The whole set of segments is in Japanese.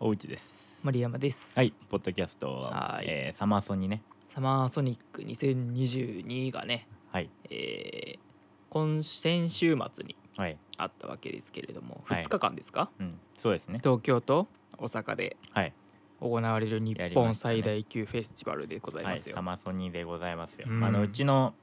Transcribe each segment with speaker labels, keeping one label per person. Speaker 1: 大内です
Speaker 2: 丸山です、
Speaker 1: はいポッドキャストは
Speaker 2: はい
Speaker 1: えーサマーソニね
Speaker 2: サマーソニック2022がね、
Speaker 1: はい
Speaker 2: えー今先週末に
Speaker 1: はい
Speaker 2: あったわけですけれども
Speaker 1: はい
Speaker 2: 2日間ですか、
Speaker 1: うんそうですね
Speaker 2: 東京と大阪で
Speaker 1: はい
Speaker 2: 行われる日
Speaker 1: やりま
Speaker 2: 本
Speaker 1: したね
Speaker 2: 最大級フェスティバルでござい
Speaker 1: は
Speaker 2: ま
Speaker 1: い
Speaker 2: すよ、
Speaker 1: サマーソニでございますよ
Speaker 2: うん
Speaker 1: あのうちの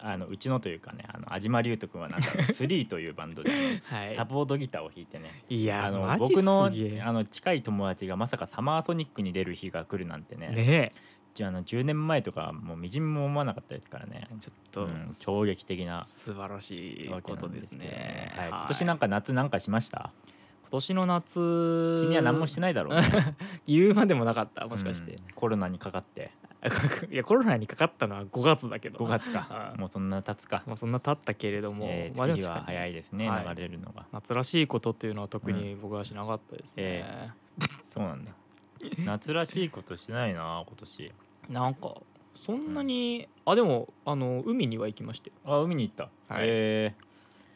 Speaker 1: あのうちのというかねあの安嶋龍斗くんはなんか スリーというバンドであ
Speaker 2: は
Speaker 1: の
Speaker 2: い
Speaker 1: サポートギターを弾いてね
Speaker 2: いや
Speaker 1: あの
Speaker 2: マジ
Speaker 1: 僕の
Speaker 2: すげえ
Speaker 1: あの近い友達がまさかサマーソニックに出る日が来るなんてね
Speaker 2: ね
Speaker 1: じゃああの10年前とかもうみじんも思わなかったですからね
Speaker 2: えちょっと、
Speaker 1: うん衝撃的な
Speaker 2: 素晴らしい
Speaker 1: わけ
Speaker 2: こ
Speaker 1: な
Speaker 2: と
Speaker 1: ん
Speaker 2: です
Speaker 1: けど
Speaker 2: ね
Speaker 1: はい、
Speaker 2: はい
Speaker 1: 今年なんか夏なんかしました
Speaker 2: 今年の夏
Speaker 1: 君は何もしてないだろう、ね、
Speaker 2: 言うまでもなかったもしかして、
Speaker 1: うんコロナにかかって
Speaker 2: いやコロナにかかったのは5月だけど
Speaker 1: 5月か
Speaker 2: あー
Speaker 1: もうそんな経つか、
Speaker 2: まあ、そんな経ったけれども、
Speaker 1: えー
Speaker 2: まあでも
Speaker 1: 月日は早いですね、
Speaker 2: はい
Speaker 1: 流れるのが
Speaker 2: 夏らしいことっていうのは特に僕はしなかったですね、
Speaker 1: そうなん だ夏らしいことしてないな今年
Speaker 2: なんかそんなに、あでもあの海には行きましたよ
Speaker 1: あ海に行った、
Speaker 2: はい
Speaker 1: えー、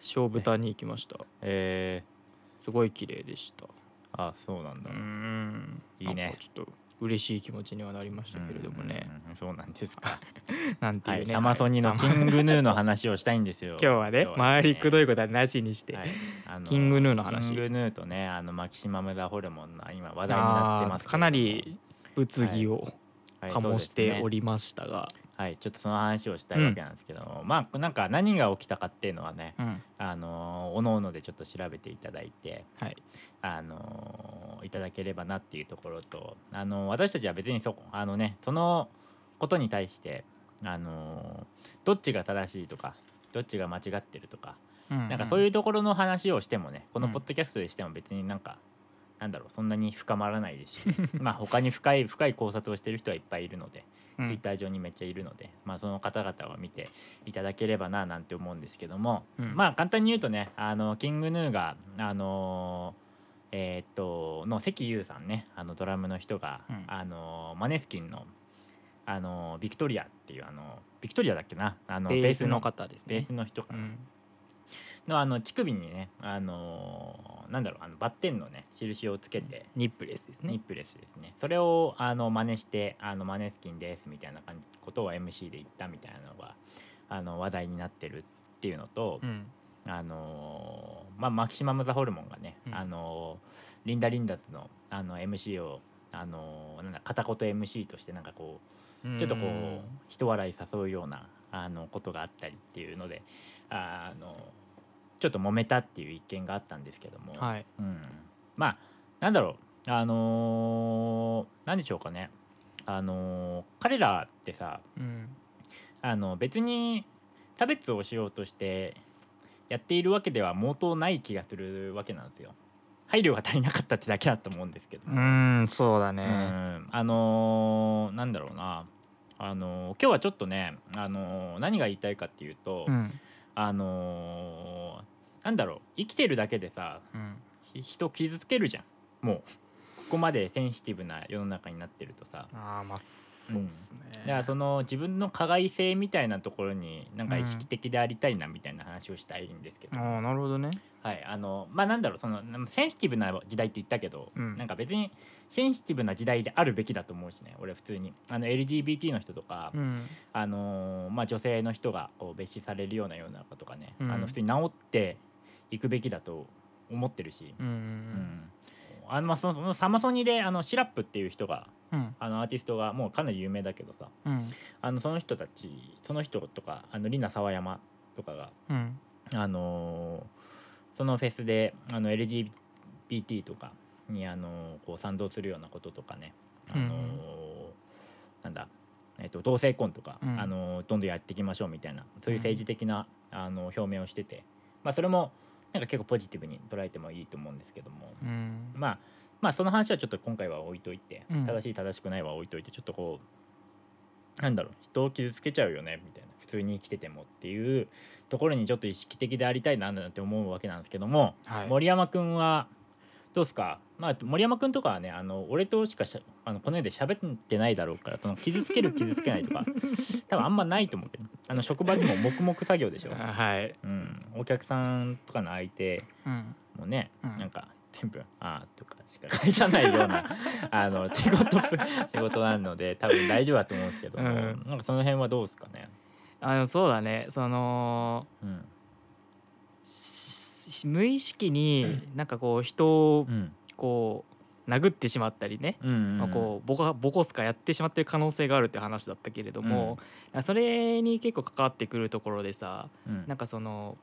Speaker 2: 小豚に行きました
Speaker 1: え
Speaker 2: すごい綺麗でした
Speaker 1: ー、あそうなん
Speaker 2: う
Speaker 1: だ、
Speaker 2: ーん
Speaker 1: いいね
Speaker 2: なんかちょっと嬉しい気持ちにはなりましたけれどもね、
Speaker 1: うんうんうんそうなんですか、
Speaker 2: なんて
Speaker 1: は
Speaker 2: いう
Speaker 1: い、
Speaker 2: ね、
Speaker 1: サマソニの
Speaker 2: はい
Speaker 1: キングヌーの話をしたいんです よ
Speaker 2: 今日はね周りくどいことはなしにして、
Speaker 1: はい、あの
Speaker 2: キングヌーの話
Speaker 1: キングヌーとねあのマキシマムダホルモンの今話題になってますけれ
Speaker 2: あー
Speaker 1: ども
Speaker 2: かなり物議を醸してお
Speaker 1: り、
Speaker 2: りましたが、
Speaker 1: はいちょっとその話をしたいわけなんですけども、まあなんか何が起きたかっていうのはね
Speaker 2: うん
Speaker 1: あのーおのおのでちょっと調べていただいて
Speaker 2: はい
Speaker 1: あのーいただければなっていうところとあのー私たちは別にそあのねそのことに対してあのーどっちが正しいとかどっちが間違ってるとかなんかそういううところの話をしてもねこの
Speaker 2: うん
Speaker 1: ポッドキャストでしても別になんか、なんだろうそんなに深まらないですしまあ他に深い深い考察をしてる人はいっぱいいるので、
Speaker 2: うん、
Speaker 1: ツイッター上にめっちゃいるので、まあ、その方々を見ていただければななんて思うんですけども、
Speaker 2: うん
Speaker 1: まあ簡単に言うとねあのキングヌーがあのーえーっとの関優さんねあのドラムの人が、
Speaker 2: うん
Speaker 1: あのーマネスキンのあのービクトリアっていうあのビクトリアだっけなあの
Speaker 2: ベースの方です
Speaker 1: ベ
Speaker 2: ね
Speaker 1: ースの人か
Speaker 2: う
Speaker 1: な、
Speaker 2: ん
Speaker 1: のあの乳首にねあのーなんだろうあのバッテンのね印をつけて、
Speaker 2: ニップレスです
Speaker 1: ニ
Speaker 2: ね
Speaker 1: ップレスですねそれをあの真似してあのマネスキンですみたいな感じことを MC で言ったみたいなのがあの話題になってるっていうのと、
Speaker 2: うん
Speaker 1: あのーまあ、マキシマム・ザ・ホルモンがね、
Speaker 2: うん
Speaker 1: あのーリンダ・リンダズのあの MC を、あのーなんだ片言 MC としてなんかこうちょっとこう人笑い誘うようなあのことがあったりっていうのであーあのちょっと揉めたっていう一件があったんですけども、
Speaker 2: うんはい
Speaker 1: うん、まあなんだろうあのー何でしょうかねあのー彼らってさ
Speaker 2: うん
Speaker 1: あの別に差別をしようとしてやっているわけでは毛頭ない気がするわけなんですよ。配慮が足りなかったってだけだと思うんですけども
Speaker 2: うーんそうだ
Speaker 1: う
Speaker 2: ね
Speaker 1: んあのーなんだろうな、あのー今日はちょっとね、あのー何が言いたいかっていうと、
Speaker 2: うん
Speaker 1: あのーなんだろう生きてるだけでさ
Speaker 2: うん
Speaker 1: ひ人傷つけるじゃんもうここまでセンシティブな世の中になってるとさ
Speaker 2: ああまあそうですね
Speaker 1: だからその自分の加害性みたいなところになんか意識的でありたいなみたいな話をしたいんですけど、
Speaker 2: ああなるほどね
Speaker 1: はいあのまあなんだろうそのセンシティブな時代って言ったけど、
Speaker 2: うん
Speaker 1: なんか別にセンシティブな時代であるべきだと思うしね俺普通にあの LGBT の人とか、
Speaker 2: うん
Speaker 1: あのーまあ、女性の人がこう蔑視されるような世の中とかね、
Speaker 2: うん
Speaker 1: あの普通に治っていくべきだと思ってるし、
Speaker 2: うん
Speaker 1: うんあのまあ、そのそのサマソニであのシラップっていう人が
Speaker 2: うんうん
Speaker 1: あのアーティストがもうかなり有名だけどさ
Speaker 2: うん
Speaker 1: あのその人たちその人とかあのリナ沢山とかが
Speaker 2: うん
Speaker 1: あのーそのフェスであの LGBT とかに、あのーこう賛同するようなこととかね、あのー
Speaker 2: うんうん
Speaker 1: なんだ、えっと同性婚とか、
Speaker 2: うん
Speaker 1: あのーどんどんやっていきましょうみたいなそういう政治的な、あの表明をしてて、まあ、それもなんか結構ポジティブに捉えてもいいと思うんですけども、
Speaker 2: うん
Speaker 1: まあまあその話はちょっと今回は置いといて、
Speaker 2: うん
Speaker 1: 正しい正しくないは置いといてちょっとこうなんだろう人を傷つけちゃうよねみたいな普通に生きててもっていうところにちょっと意識的でありたいななんて思うわけなんですけども、
Speaker 2: はい
Speaker 1: 森山くんはどうですか、まあ、森山くんとかはねあの俺としかしゃあのこの世で喋ってないだろうからその傷つける傷つけない とか多分あんまないと思うけどあの職場でも黙々作業でしょ、
Speaker 2: あはい
Speaker 1: うん、お客さんとかの相手
Speaker 2: うん
Speaker 1: もね、
Speaker 2: うん
Speaker 1: なんか全部「あ」とかしか返さないよう なあの仕事ぶ仕事なので多分大丈夫だと思うんですけども、
Speaker 2: うん
Speaker 1: なんかその辺はどうですかね、
Speaker 2: あでもそうだねその
Speaker 1: うん
Speaker 2: し無意識になんかこう人を
Speaker 1: うん
Speaker 2: こう殴ってしまったりね、
Speaker 1: うんうん
Speaker 2: まあ、こうボカボコスカやってしまってる可能性があるって話だったけれども、それに結構関わってくるところでさ
Speaker 1: うん
Speaker 2: なんかその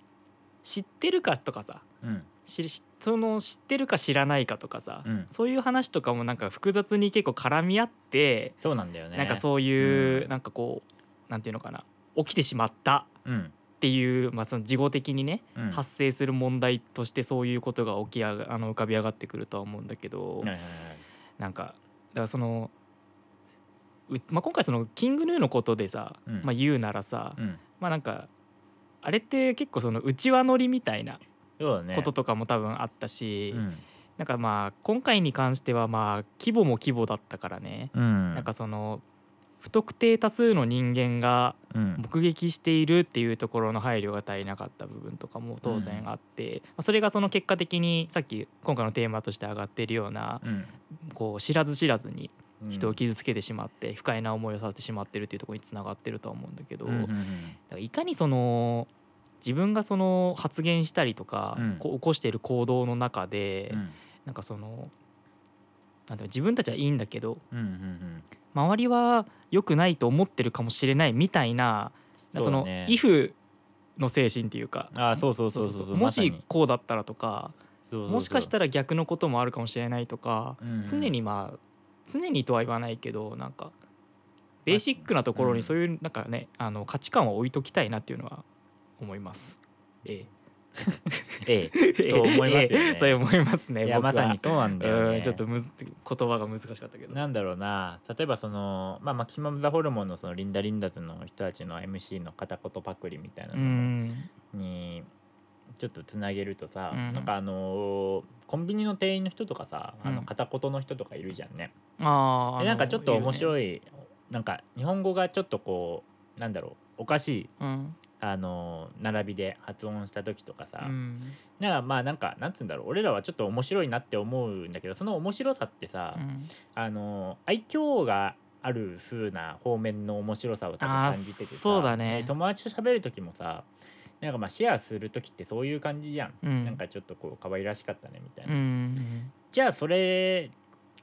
Speaker 2: 知ってるかとかさ
Speaker 1: うん
Speaker 2: 知るその知ってるか知らないかとかさ、
Speaker 1: うん
Speaker 2: そういう話とかもなんか複雑に結構絡み合って、
Speaker 1: そうなんだよね
Speaker 2: なんかそういう、
Speaker 1: うん
Speaker 2: なんかこうなんていうのかな起きてしまった
Speaker 1: うん、
Speaker 2: っていう、まあ、その事後的にね、
Speaker 1: うん
Speaker 2: 発生する問題としてそういうことが起き上があの浮かび上がってくるとは思うんだけど、
Speaker 1: はいはいはい
Speaker 2: なんかだからその、うまあ、今回そのキングヌーのことでさ、
Speaker 1: うん
Speaker 2: まあ、言うならさ、
Speaker 1: うん
Speaker 2: まあなんかあれって結構その内輪乗りみたいな
Speaker 1: そうだね
Speaker 2: こととかも多分あったし、
Speaker 1: うん
Speaker 2: なんかまあ今回に関してはまあ規模も規模だったからね、
Speaker 1: うん
Speaker 2: なんかその不特定多数の人間が
Speaker 1: うん
Speaker 2: 目撃しているっていうところの配慮が足りなかった部分とかも当然あって、まあそれがその結果的にさっき今回のテーマとして上がっているようなこう知らず知らずに
Speaker 1: うん
Speaker 2: 人を傷つけてしまって不快な思いをさせてしまってるっていうところにつながってるとは思うんだけど、
Speaker 1: うんうん
Speaker 2: だからいかにその自分がその発言したりとか、
Speaker 1: うん
Speaker 2: こう起こしている行動の中で、
Speaker 1: うん
Speaker 2: なんかそのなんていうの自分たちはいいんだけど
Speaker 1: うんうんうん
Speaker 2: 周りは良くないと思ってるかもしれないみたいなそ,、
Speaker 1: うだ
Speaker 2: の
Speaker 1: ね
Speaker 2: if の精神っていうか
Speaker 1: あそうそうそうそうそう
Speaker 2: も
Speaker 1: まさに
Speaker 2: しこうだったらとか
Speaker 1: そうそうそう
Speaker 2: もしかしたら逆のこともあるかもしれないとか、
Speaker 1: うんうん
Speaker 2: 常にまあ常にとは言わないけどなんかベーシックなところにそういうなんかね、あの価値観を置いときたいなっていうのは思います。え
Speaker 1: え
Speaker 2: え
Speaker 1: え そう思いますよね
Speaker 2: ええ そう思いますね。
Speaker 1: いや
Speaker 2: 僕は
Speaker 1: まさにそうなんだよね
Speaker 2: うんちょっとむず言葉が難しかったけど。
Speaker 1: なんだろうな例えばその、まあ、マキシマム・ザ・ホルモンのそのリンダ・リンダズの人たちの MC の片言パクリみたいな
Speaker 2: う
Speaker 1: の
Speaker 2: ん
Speaker 1: にちょっとつなげるとさ、
Speaker 2: うん
Speaker 1: なんかあのーコンビニの店員の人とかさ、あ
Speaker 2: う
Speaker 1: の
Speaker 2: ん
Speaker 1: 片言の人とかいるじゃんね。
Speaker 2: あーあ
Speaker 1: でなんかちょっと面
Speaker 2: い、
Speaker 1: 白いなんか日本語がちょっとこうなんだろうおかしい、
Speaker 2: うん
Speaker 1: あのー並びで発音した時とかさ、
Speaker 2: うん
Speaker 1: なんかまあなんかなんつうんだろう俺らはちょっと面白いなって思うんだけどその面白さってさ、
Speaker 2: うん
Speaker 1: あの愛嬌がある風な方面の面白さを多分
Speaker 2: あー
Speaker 1: 感じててさ
Speaker 2: そうだ
Speaker 1: で
Speaker 2: ね
Speaker 1: 友達と喋る時もさなんかまあシェアする時ってそういう感じじゃん、
Speaker 2: うん
Speaker 1: なんかちょっとこう可愛らしかったねみたいな、
Speaker 2: うん
Speaker 1: じゃあそれ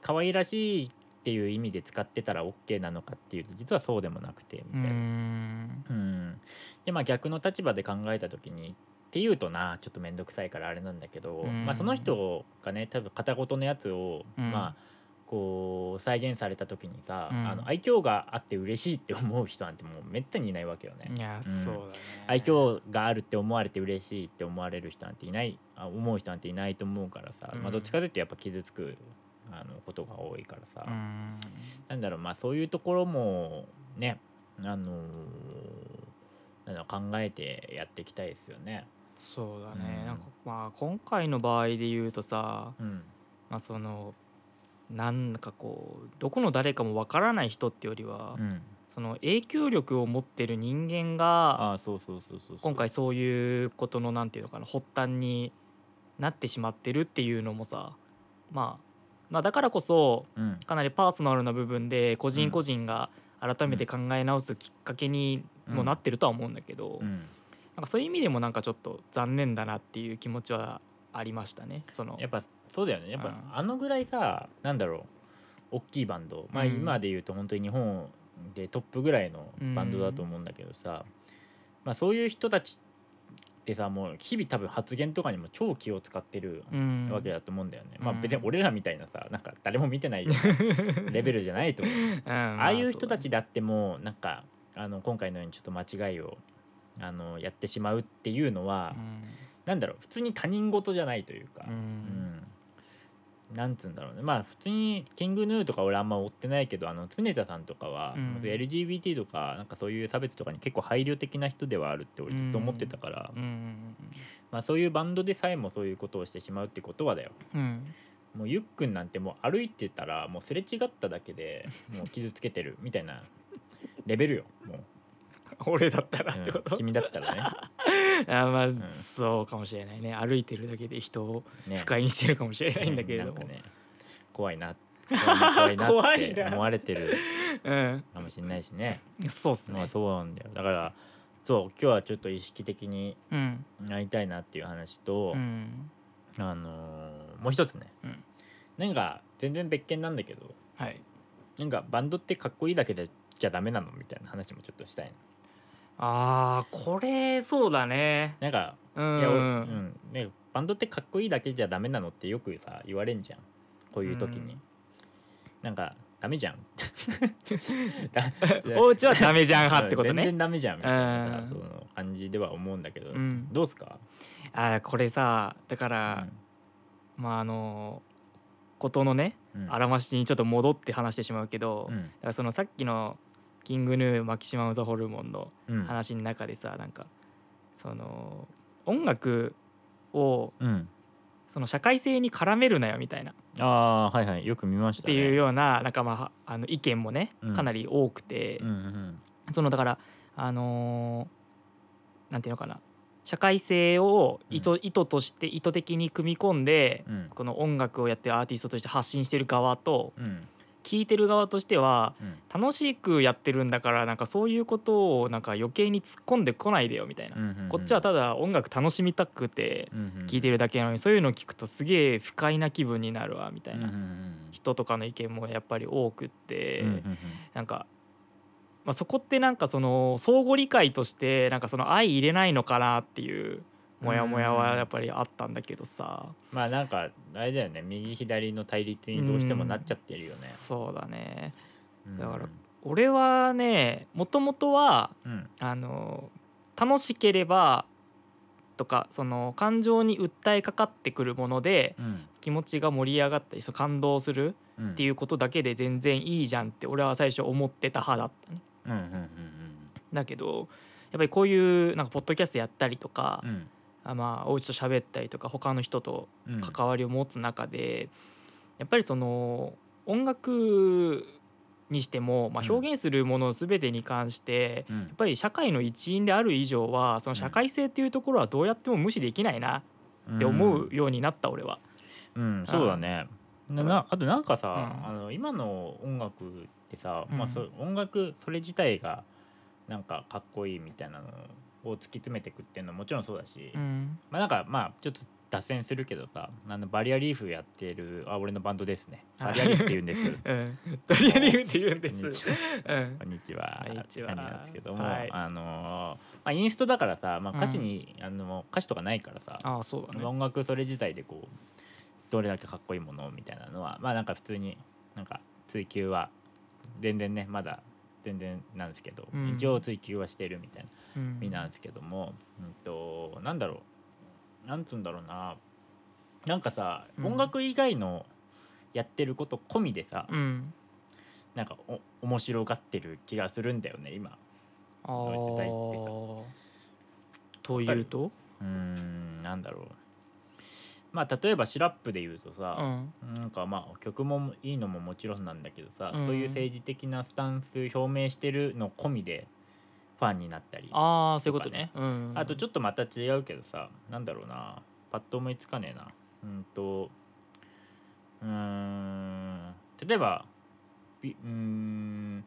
Speaker 1: 可愛らしいっていう意味で使ってたら OK なのかっていうと実はそうでもなくて
Speaker 2: う
Speaker 1: みたいな、
Speaker 2: ん
Speaker 1: うんでまあ逆の立場で考えた時にっていうとなちょっと面倒くさいからあれなんだけど、
Speaker 2: うん
Speaker 1: まあ、その人がね多分片言のやつを、
Speaker 2: うん
Speaker 1: まあこう再現された時にさ、
Speaker 2: うん
Speaker 1: あの愛嬌があって嬉しいって思う人なんてもうめったにいないわけよね。
Speaker 2: いやそうだね
Speaker 1: 愛嬌があるって思われて嬉しいって思われる人なんていないあ思う人なんていないと思うからさ、
Speaker 2: うん
Speaker 1: まあ、どっちかというとやっぱ傷つくあのことが多いからさ、
Speaker 2: うん
Speaker 1: なんだろうまあそういうところもねあのーなんだろう考えてやっていきたいですよね。
Speaker 2: そうだ
Speaker 1: う
Speaker 2: ね
Speaker 1: ん
Speaker 2: なんかまあ今回の場合で言うとさ
Speaker 1: うん、
Speaker 2: まあそのなんかこうどこの誰かもわからない人ってよりは
Speaker 1: うん、
Speaker 2: その影響力を持ってる人間が
Speaker 1: ああそうそうそうそうそう
Speaker 2: 今回そういうことのなんていうのかな発端になってしまってるっていうのもさまあまあだからこそ
Speaker 1: うん
Speaker 2: かなりパーソナルな部分で個
Speaker 1: う
Speaker 2: 人
Speaker 1: ん
Speaker 2: 個人が改めて考え直すきっかけにもなってるとは思うんだけど、
Speaker 1: うん、
Speaker 2: なんかそういう意味でもなんかちょっと残念だなっていう気持ちはありましたね。その
Speaker 1: やっぱそうだよねやっ
Speaker 2: う
Speaker 1: ぱ
Speaker 2: ん
Speaker 1: あのぐらいさなんだろう大きいバンドまあ
Speaker 2: うん
Speaker 1: 今で言うと本当に日本でトップぐらいのバンドだと思うんだけどさ、まあそういう人たちってさもう日々多分発言とかにも超気を使ってる
Speaker 2: うん
Speaker 1: わけだと思うんだよね、まあ
Speaker 2: うん
Speaker 1: 別に俺らみたいなさなんか誰も見てないようなレベルじゃないと思う
Speaker 2: うん ま
Speaker 1: ああいう人たちだってもなんかあの今回のようにちょっと間違いをあのやってしまうっていうのは、なんだろう普通に他人事じゃないというか、
Speaker 2: うん
Speaker 1: うんなんつうんだろうねまあ普通にキングヌーとか俺あんま追ってないけどあの常田さんとかは、
Speaker 2: うん
Speaker 1: そういう LGBT とかなんかそういう差別とかに結構配慮的な人ではあるって俺ずっと思ってたから、
Speaker 2: うんうん
Speaker 1: まあ、そういうバンドでさえもそういうことをしてしまうってことはだよ
Speaker 2: うんうん
Speaker 1: もうゆっくんなんてもう歩いてたらもうすれ違っただけ でもう傷つけてるみたいなレベルよもう、
Speaker 2: 俺だったらってこ
Speaker 1: うん
Speaker 2: と、
Speaker 1: 君だったらね
Speaker 2: あまあ、
Speaker 1: ん
Speaker 2: そうかもしれないね歩いてるだけで人を
Speaker 1: ね
Speaker 2: 不快にしてるかもしれないんだけれど
Speaker 1: う
Speaker 2: も、
Speaker 1: なかね怖いな怖いな怖
Speaker 2: 怖
Speaker 1: いなっ
Speaker 2: い
Speaker 1: て
Speaker 2: な
Speaker 1: 思われてる
Speaker 2: うん
Speaker 1: かもしれないしね
Speaker 2: そうっす
Speaker 1: ま
Speaker 2: ね
Speaker 1: あ、そうなんだよだからそう今日はちょっと意識的に
Speaker 2: うん
Speaker 1: なりたいなっていう話と、
Speaker 2: うん
Speaker 1: あのーもう一つね、
Speaker 2: うん
Speaker 1: なんか全然別件なんだけど
Speaker 2: はい
Speaker 1: なんかバンドってかっこいいだけでじゃダメなのみたいな話もちょっとしたいの
Speaker 2: あーこれそうだね
Speaker 1: なんか
Speaker 2: うん
Speaker 1: いや俺うんね、バンドってかっこいいだけじゃダメなのってよくさ言われんじゃんこういう時に、
Speaker 2: うん
Speaker 1: なんかダメじゃん だ
Speaker 2: お家はダメじゃん派ってこと
Speaker 1: 全然
Speaker 2: ね
Speaker 1: ダメじゃんみたいな
Speaker 2: う
Speaker 1: さ
Speaker 2: ん
Speaker 1: その感じでは思うんだけど、
Speaker 2: うん
Speaker 1: どうっすか、
Speaker 2: あーこれさだから、まああのことのね
Speaker 1: うんうん
Speaker 2: あましにちょっと戻って話してしまうけど、
Speaker 1: う
Speaker 2: だ
Speaker 1: ん
Speaker 2: からそのさっきの「キングヌーマキシマム・ザ・ホルモン」の
Speaker 1: うん
Speaker 2: 話の中でさ、なんかその音楽を
Speaker 1: うん
Speaker 2: その社会性に絡めるなよみたいなっ
Speaker 1: ああーはいはいよく見ました、
Speaker 2: て
Speaker 1: ね、
Speaker 2: いうようななんかまああの意見もね
Speaker 1: うん
Speaker 2: かなり多くて、
Speaker 1: うんうん
Speaker 2: そのだからあのーなんていうのかな社会性を意図,、意図として意図的に組み込んで、
Speaker 1: うん
Speaker 2: この音楽をやってるアーティストとして発信してる側と
Speaker 1: うん
Speaker 2: 聴いてる側としては
Speaker 1: うん
Speaker 2: 楽しくやってるんだからなんかそういうことをなんか余計に突っ込んでこないでよみたいな、
Speaker 1: うんうん
Speaker 2: こっちはただ音楽楽しみたくて聴いて
Speaker 1: る
Speaker 2: るだけなのに、そういうのを聞くとすげえ不快な気分になるわみたいな、
Speaker 1: うんうん
Speaker 2: 人とかの意見もやっぱり多くって、
Speaker 1: うんうんうん
Speaker 2: なんか、まあ、そこってなんかその相互理解としてなんかその相入れないのかなっていうモヤモヤはやっぱりあったんだけどさ。
Speaker 1: まあなんかあれだよね右左の対立にどうしてもなっちゃってるよね、
Speaker 2: そうだね
Speaker 1: うん、
Speaker 2: だから俺はねもともとは
Speaker 1: うん
Speaker 2: あの楽しければとかその感情に訴えかかってくるもので
Speaker 1: うん
Speaker 2: 気持ちが盛り上がったりそう感動する
Speaker 1: うん、
Speaker 2: っていうことだけで全然いいじゃんって俺は最初思ってた派だったね。
Speaker 1: うんうんうん
Speaker 2: だけどやっぱりこういうなんかポッドキャストやったりとか、
Speaker 1: うんうん
Speaker 2: あまあお家と喋ったりとか他の人と
Speaker 1: うん
Speaker 2: 関わりを持つ中で、やっぱりその音楽にしても、まあ、
Speaker 1: うん
Speaker 2: 表現するもの全てに関して、
Speaker 1: う
Speaker 2: や
Speaker 1: ん
Speaker 2: っぱり社会の一員である以上はその社会性っていうところはどうやっても無視できないなって思うようになった俺は。
Speaker 1: うん、そうだねななあとなんかさ、
Speaker 2: うん
Speaker 1: あの今の音楽ってさ、
Speaker 2: うん
Speaker 1: まあ、そ音楽それ自体がなんかかっこいいみたいなのを突き詰めてくっていうのはもちろんそうだし、
Speaker 2: うん
Speaker 1: まあなんかまあちょっと脱線するけどさあのバリアリーフやってるあ俺のバンドですねバリアリーフって言うん です
Speaker 2: うん、ドリアリーフって言うんで
Speaker 1: こん
Speaker 2: す
Speaker 1: に。ちは
Speaker 2: うん
Speaker 1: こんにちは
Speaker 2: こんに
Speaker 1: って
Speaker 2: ちは
Speaker 1: 感じなんですけども、
Speaker 2: はい
Speaker 1: あのーまあ、インストだからさ、まあ、歌詞に、あの歌詞とかないからさ、
Speaker 2: ああそうだね。
Speaker 1: 音楽それ自体でこうどれだけかっこいいものみたいなのはまあなんか普通になんか追求は全然ねまだ全然なんですけど、
Speaker 2: うん
Speaker 1: 一応追求はしてるみたいな
Speaker 2: うん
Speaker 1: 意味なんですけども、うんとなんだろうなんつうんだろうななんかさ、
Speaker 2: うん
Speaker 1: 音楽以外のやってること込みでさ、
Speaker 2: うん、
Speaker 1: なんかお面白がってる気がするんだよね今。
Speaker 2: あ
Speaker 1: 時代って
Speaker 2: ーというと、
Speaker 1: うーんなんだろうまあ例えばシラップで言うとさ、
Speaker 2: うん
Speaker 1: なんかまあ曲もいいのももちろんなんだけどさ、
Speaker 2: うん
Speaker 1: そういう政治的なスタンス表明してるの込みでファンになったりあ
Speaker 2: ああそういうことね。うん、
Speaker 1: とち
Speaker 2: ょ
Speaker 1: ょ
Speaker 2: っ
Speaker 1: っとまた違うけどさなんだろうなパッと思いつかねえなうんとうーん例えばびうーん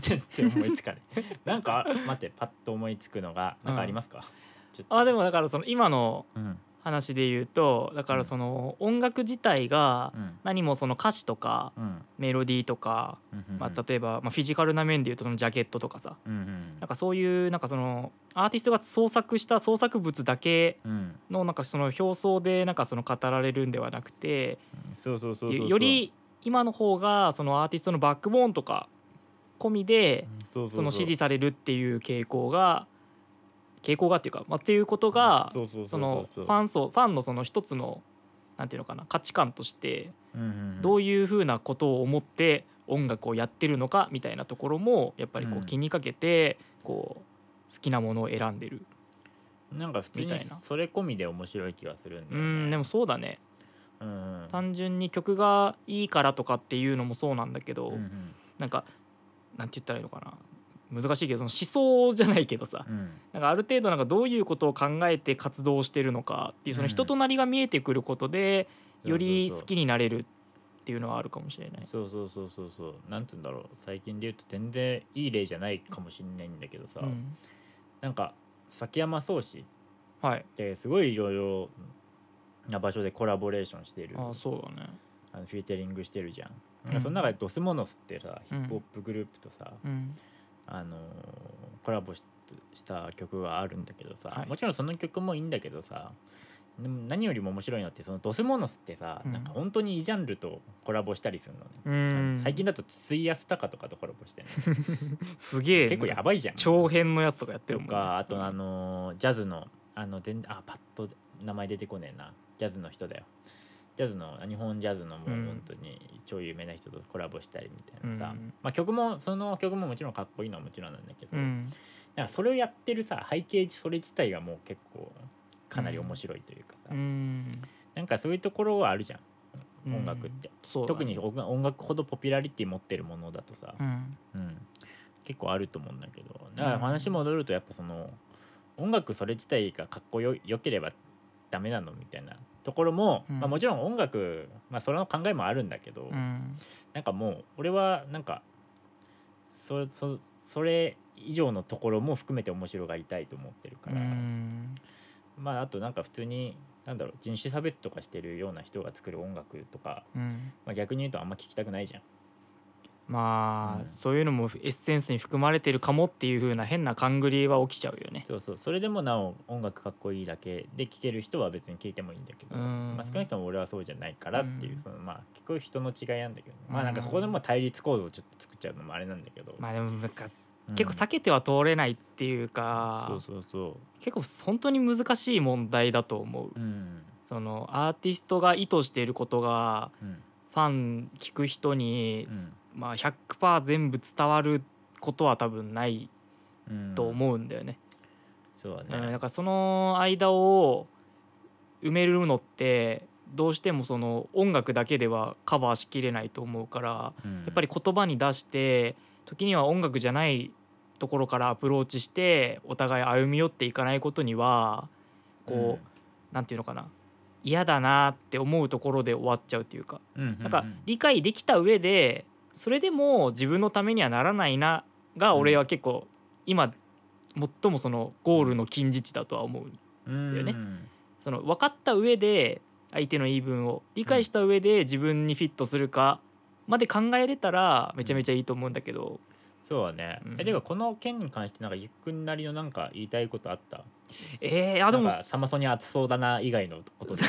Speaker 1: 全然思いつかねえなんか待ってパッと思いつくのがなんかありますか、ちょっと
Speaker 2: あでもだからその今の
Speaker 1: うん
Speaker 2: 話で言うとだからその音楽自体が
Speaker 1: うん
Speaker 2: 何もその歌詞とか
Speaker 1: うん
Speaker 2: メロディーとか、
Speaker 1: うん
Speaker 2: まあ、例えば、まあ、フィジカルな面で言うとそのジャケットとかさ
Speaker 1: うんうん
Speaker 2: なんかそういうなんかそのアーティストが創作した創作物だけ
Speaker 1: うん
Speaker 2: のなんかその表層でなんかその語られるんではなくて
Speaker 1: そうそうそうそうそう
Speaker 2: より今の方がそのアーティストのバックボーンとか込みで
Speaker 1: そうそうそう
Speaker 2: その支持されるっていう傾向が傾向がっていうか、まあ、っていうことが
Speaker 1: そうそう
Speaker 2: そ
Speaker 1: そう
Speaker 2: のフ
Speaker 1: そう
Speaker 2: ァン層ファンのその一つのなんていうのかな価値観として
Speaker 1: うんうんうん
Speaker 2: どういうふうなことを思って音楽をやってるのかみたいなところもやっぱりこ
Speaker 1: うん
Speaker 2: う気にかけてこう好きなものを選んでる
Speaker 1: なんか普通に
Speaker 2: みたいな
Speaker 1: それ込みで面白い気がするんだ
Speaker 2: う
Speaker 1: よね
Speaker 2: んでもそうだね
Speaker 1: うんうん
Speaker 2: 単純に曲がいいからとかっていうのもそうなんだけど
Speaker 1: うんうん
Speaker 2: なんかなんて言ったらいいのかな難しいけどその思想じゃないけどさ
Speaker 1: うん
Speaker 2: なんかある程度なんかどういうことを考えて活動してるのかっていうその人となりが見えてくることでより好きになれるっていうのはあるかもしれない。
Speaker 1: そうそうそうそうそうそうなんつうんだろう最近で言うと全然いい例じゃないかもしんないんだけどさ、
Speaker 2: うん
Speaker 1: なんか崎山宗氏っ
Speaker 2: はい、
Speaker 1: てすごいいろいろな場所でコラボレーションしてる
Speaker 2: あそうだね、
Speaker 1: あのフューチャリングしてるじゃん、
Speaker 2: うん
Speaker 1: その中でドスモノスってさヒ
Speaker 2: うん
Speaker 1: ップホップグループとさ、
Speaker 2: うん
Speaker 1: あのーコラボしした曲があるんだけどさ、
Speaker 2: はい
Speaker 1: もちろんその曲もいいんだけどさでも何よりも面白いのってそのドスモノスってさ、
Speaker 2: うん
Speaker 1: なんか本当にいいジャンルとコラボしたりするのね、
Speaker 2: うん、
Speaker 1: 最近だと筒井康隆とかとコラボしてる
Speaker 2: すげえ
Speaker 1: 結構やばいじゃん。
Speaker 2: 長編のやつとかやってる
Speaker 1: と
Speaker 2: もんね、
Speaker 1: かあとあのージャズのあの全然あパッと名前出てこねえなジャズの人だよジャズの日本ジャズのもう
Speaker 2: うん
Speaker 1: 本当に超有名な人とコラボしたりみたいなさ、
Speaker 2: うん
Speaker 1: まあ、曲もその曲ももちろんかっこいいのはもちろんなんだけど、
Speaker 2: うん
Speaker 1: なんかそれをやってるさ背景それ自体がもう結構かなり面白いというかさ、
Speaker 2: うん
Speaker 1: なんかそういうところはあるじゃん
Speaker 2: うん
Speaker 1: 音楽って、
Speaker 2: そうだね
Speaker 1: 特に音楽音楽ほどポピュラリティ持ってるものだとさ、
Speaker 2: うん
Speaker 1: うん、結構あると思うんだけどだから話戻るとやっぱその音楽それ自体がかっこよよければダメなのみたいなところも、
Speaker 2: うん
Speaker 1: まあ、もちろん音楽、まあ、それの考えもあるんだけど、
Speaker 2: うん
Speaker 1: なんかもう俺はなんかそそそれ以上のところも含めて面白がりたいと思ってるから、
Speaker 2: うん
Speaker 1: まああとなんか普通になんだろう人種差別とかしてるような人が作る音楽とか、
Speaker 2: うん
Speaker 1: まあ、逆に言うとあんま聞きたくないじゃん。
Speaker 2: まあ、
Speaker 1: うん
Speaker 2: そういうのもエッセンスに含まれてるかもっていう風な変な勘繰りは起きちゃうよね。
Speaker 1: そうそうそれでもなお音楽かっこいいだけで聴ける人は別に聴いてもいいんだけど、
Speaker 2: うん
Speaker 1: まあ、少なくとも俺はそうじゃないからっていう、
Speaker 2: うん
Speaker 1: そのまあ聞く人の違いなんだけど、ま
Speaker 2: う
Speaker 1: あ
Speaker 2: ん
Speaker 1: なんかそこでもう対立構造をちょっと作っちゃうのもあれなんだけど、
Speaker 2: まあでもなんか
Speaker 1: うん
Speaker 2: 結構避けては通れないっていうか、
Speaker 1: そうそうそ
Speaker 2: 結構本当に難しい問題だと思う
Speaker 1: う、うん
Speaker 2: そのアーティストが意図していることが
Speaker 1: うん
Speaker 2: ファン聞く人に、
Speaker 1: うん
Speaker 2: まあ、100%全部伝わることは多分ない
Speaker 1: うん、
Speaker 2: と思うんだよね。
Speaker 1: そう
Speaker 2: う
Speaker 1: だ
Speaker 2: ん、
Speaker 1: ね
Speaker 2: だからその間を埋めるのってどうしてもその音楽だけではカバーしきれないと思うから
Speaker 1: うん
Speaker 2: やっぱり言葉に出して時には音楽じゃないところからアプローチしてお互い歩み寄っていかないことにはこうなんていうのかな嫌だなって思うところで終わっちゃうっていうか
Speaker 1: うん、うんうん
Speaker 2: なんか理解できた上でそれでも自分のためにはならないなが俺は結構今最もそのゴールの近似値だとは思う
Speaker 1: うん
Speaker 2: だよね
Speaker 1: うん
Speaker 2: その分かった上で相手の言い分を理解した上で自分にフィットするかまで考えれたらめちゃめちゃいいと思うんだけど、
Speaker 1: そうだね、
Speaker 2: うん
Speaker 1: えてかこの件に関してなんかゆっくんなりのなんか言いたいことあった
Speaker 2: えー、あでも
Speaker 1: なんかサマソニ熱そうだな以外のことで
Speaker 2: さ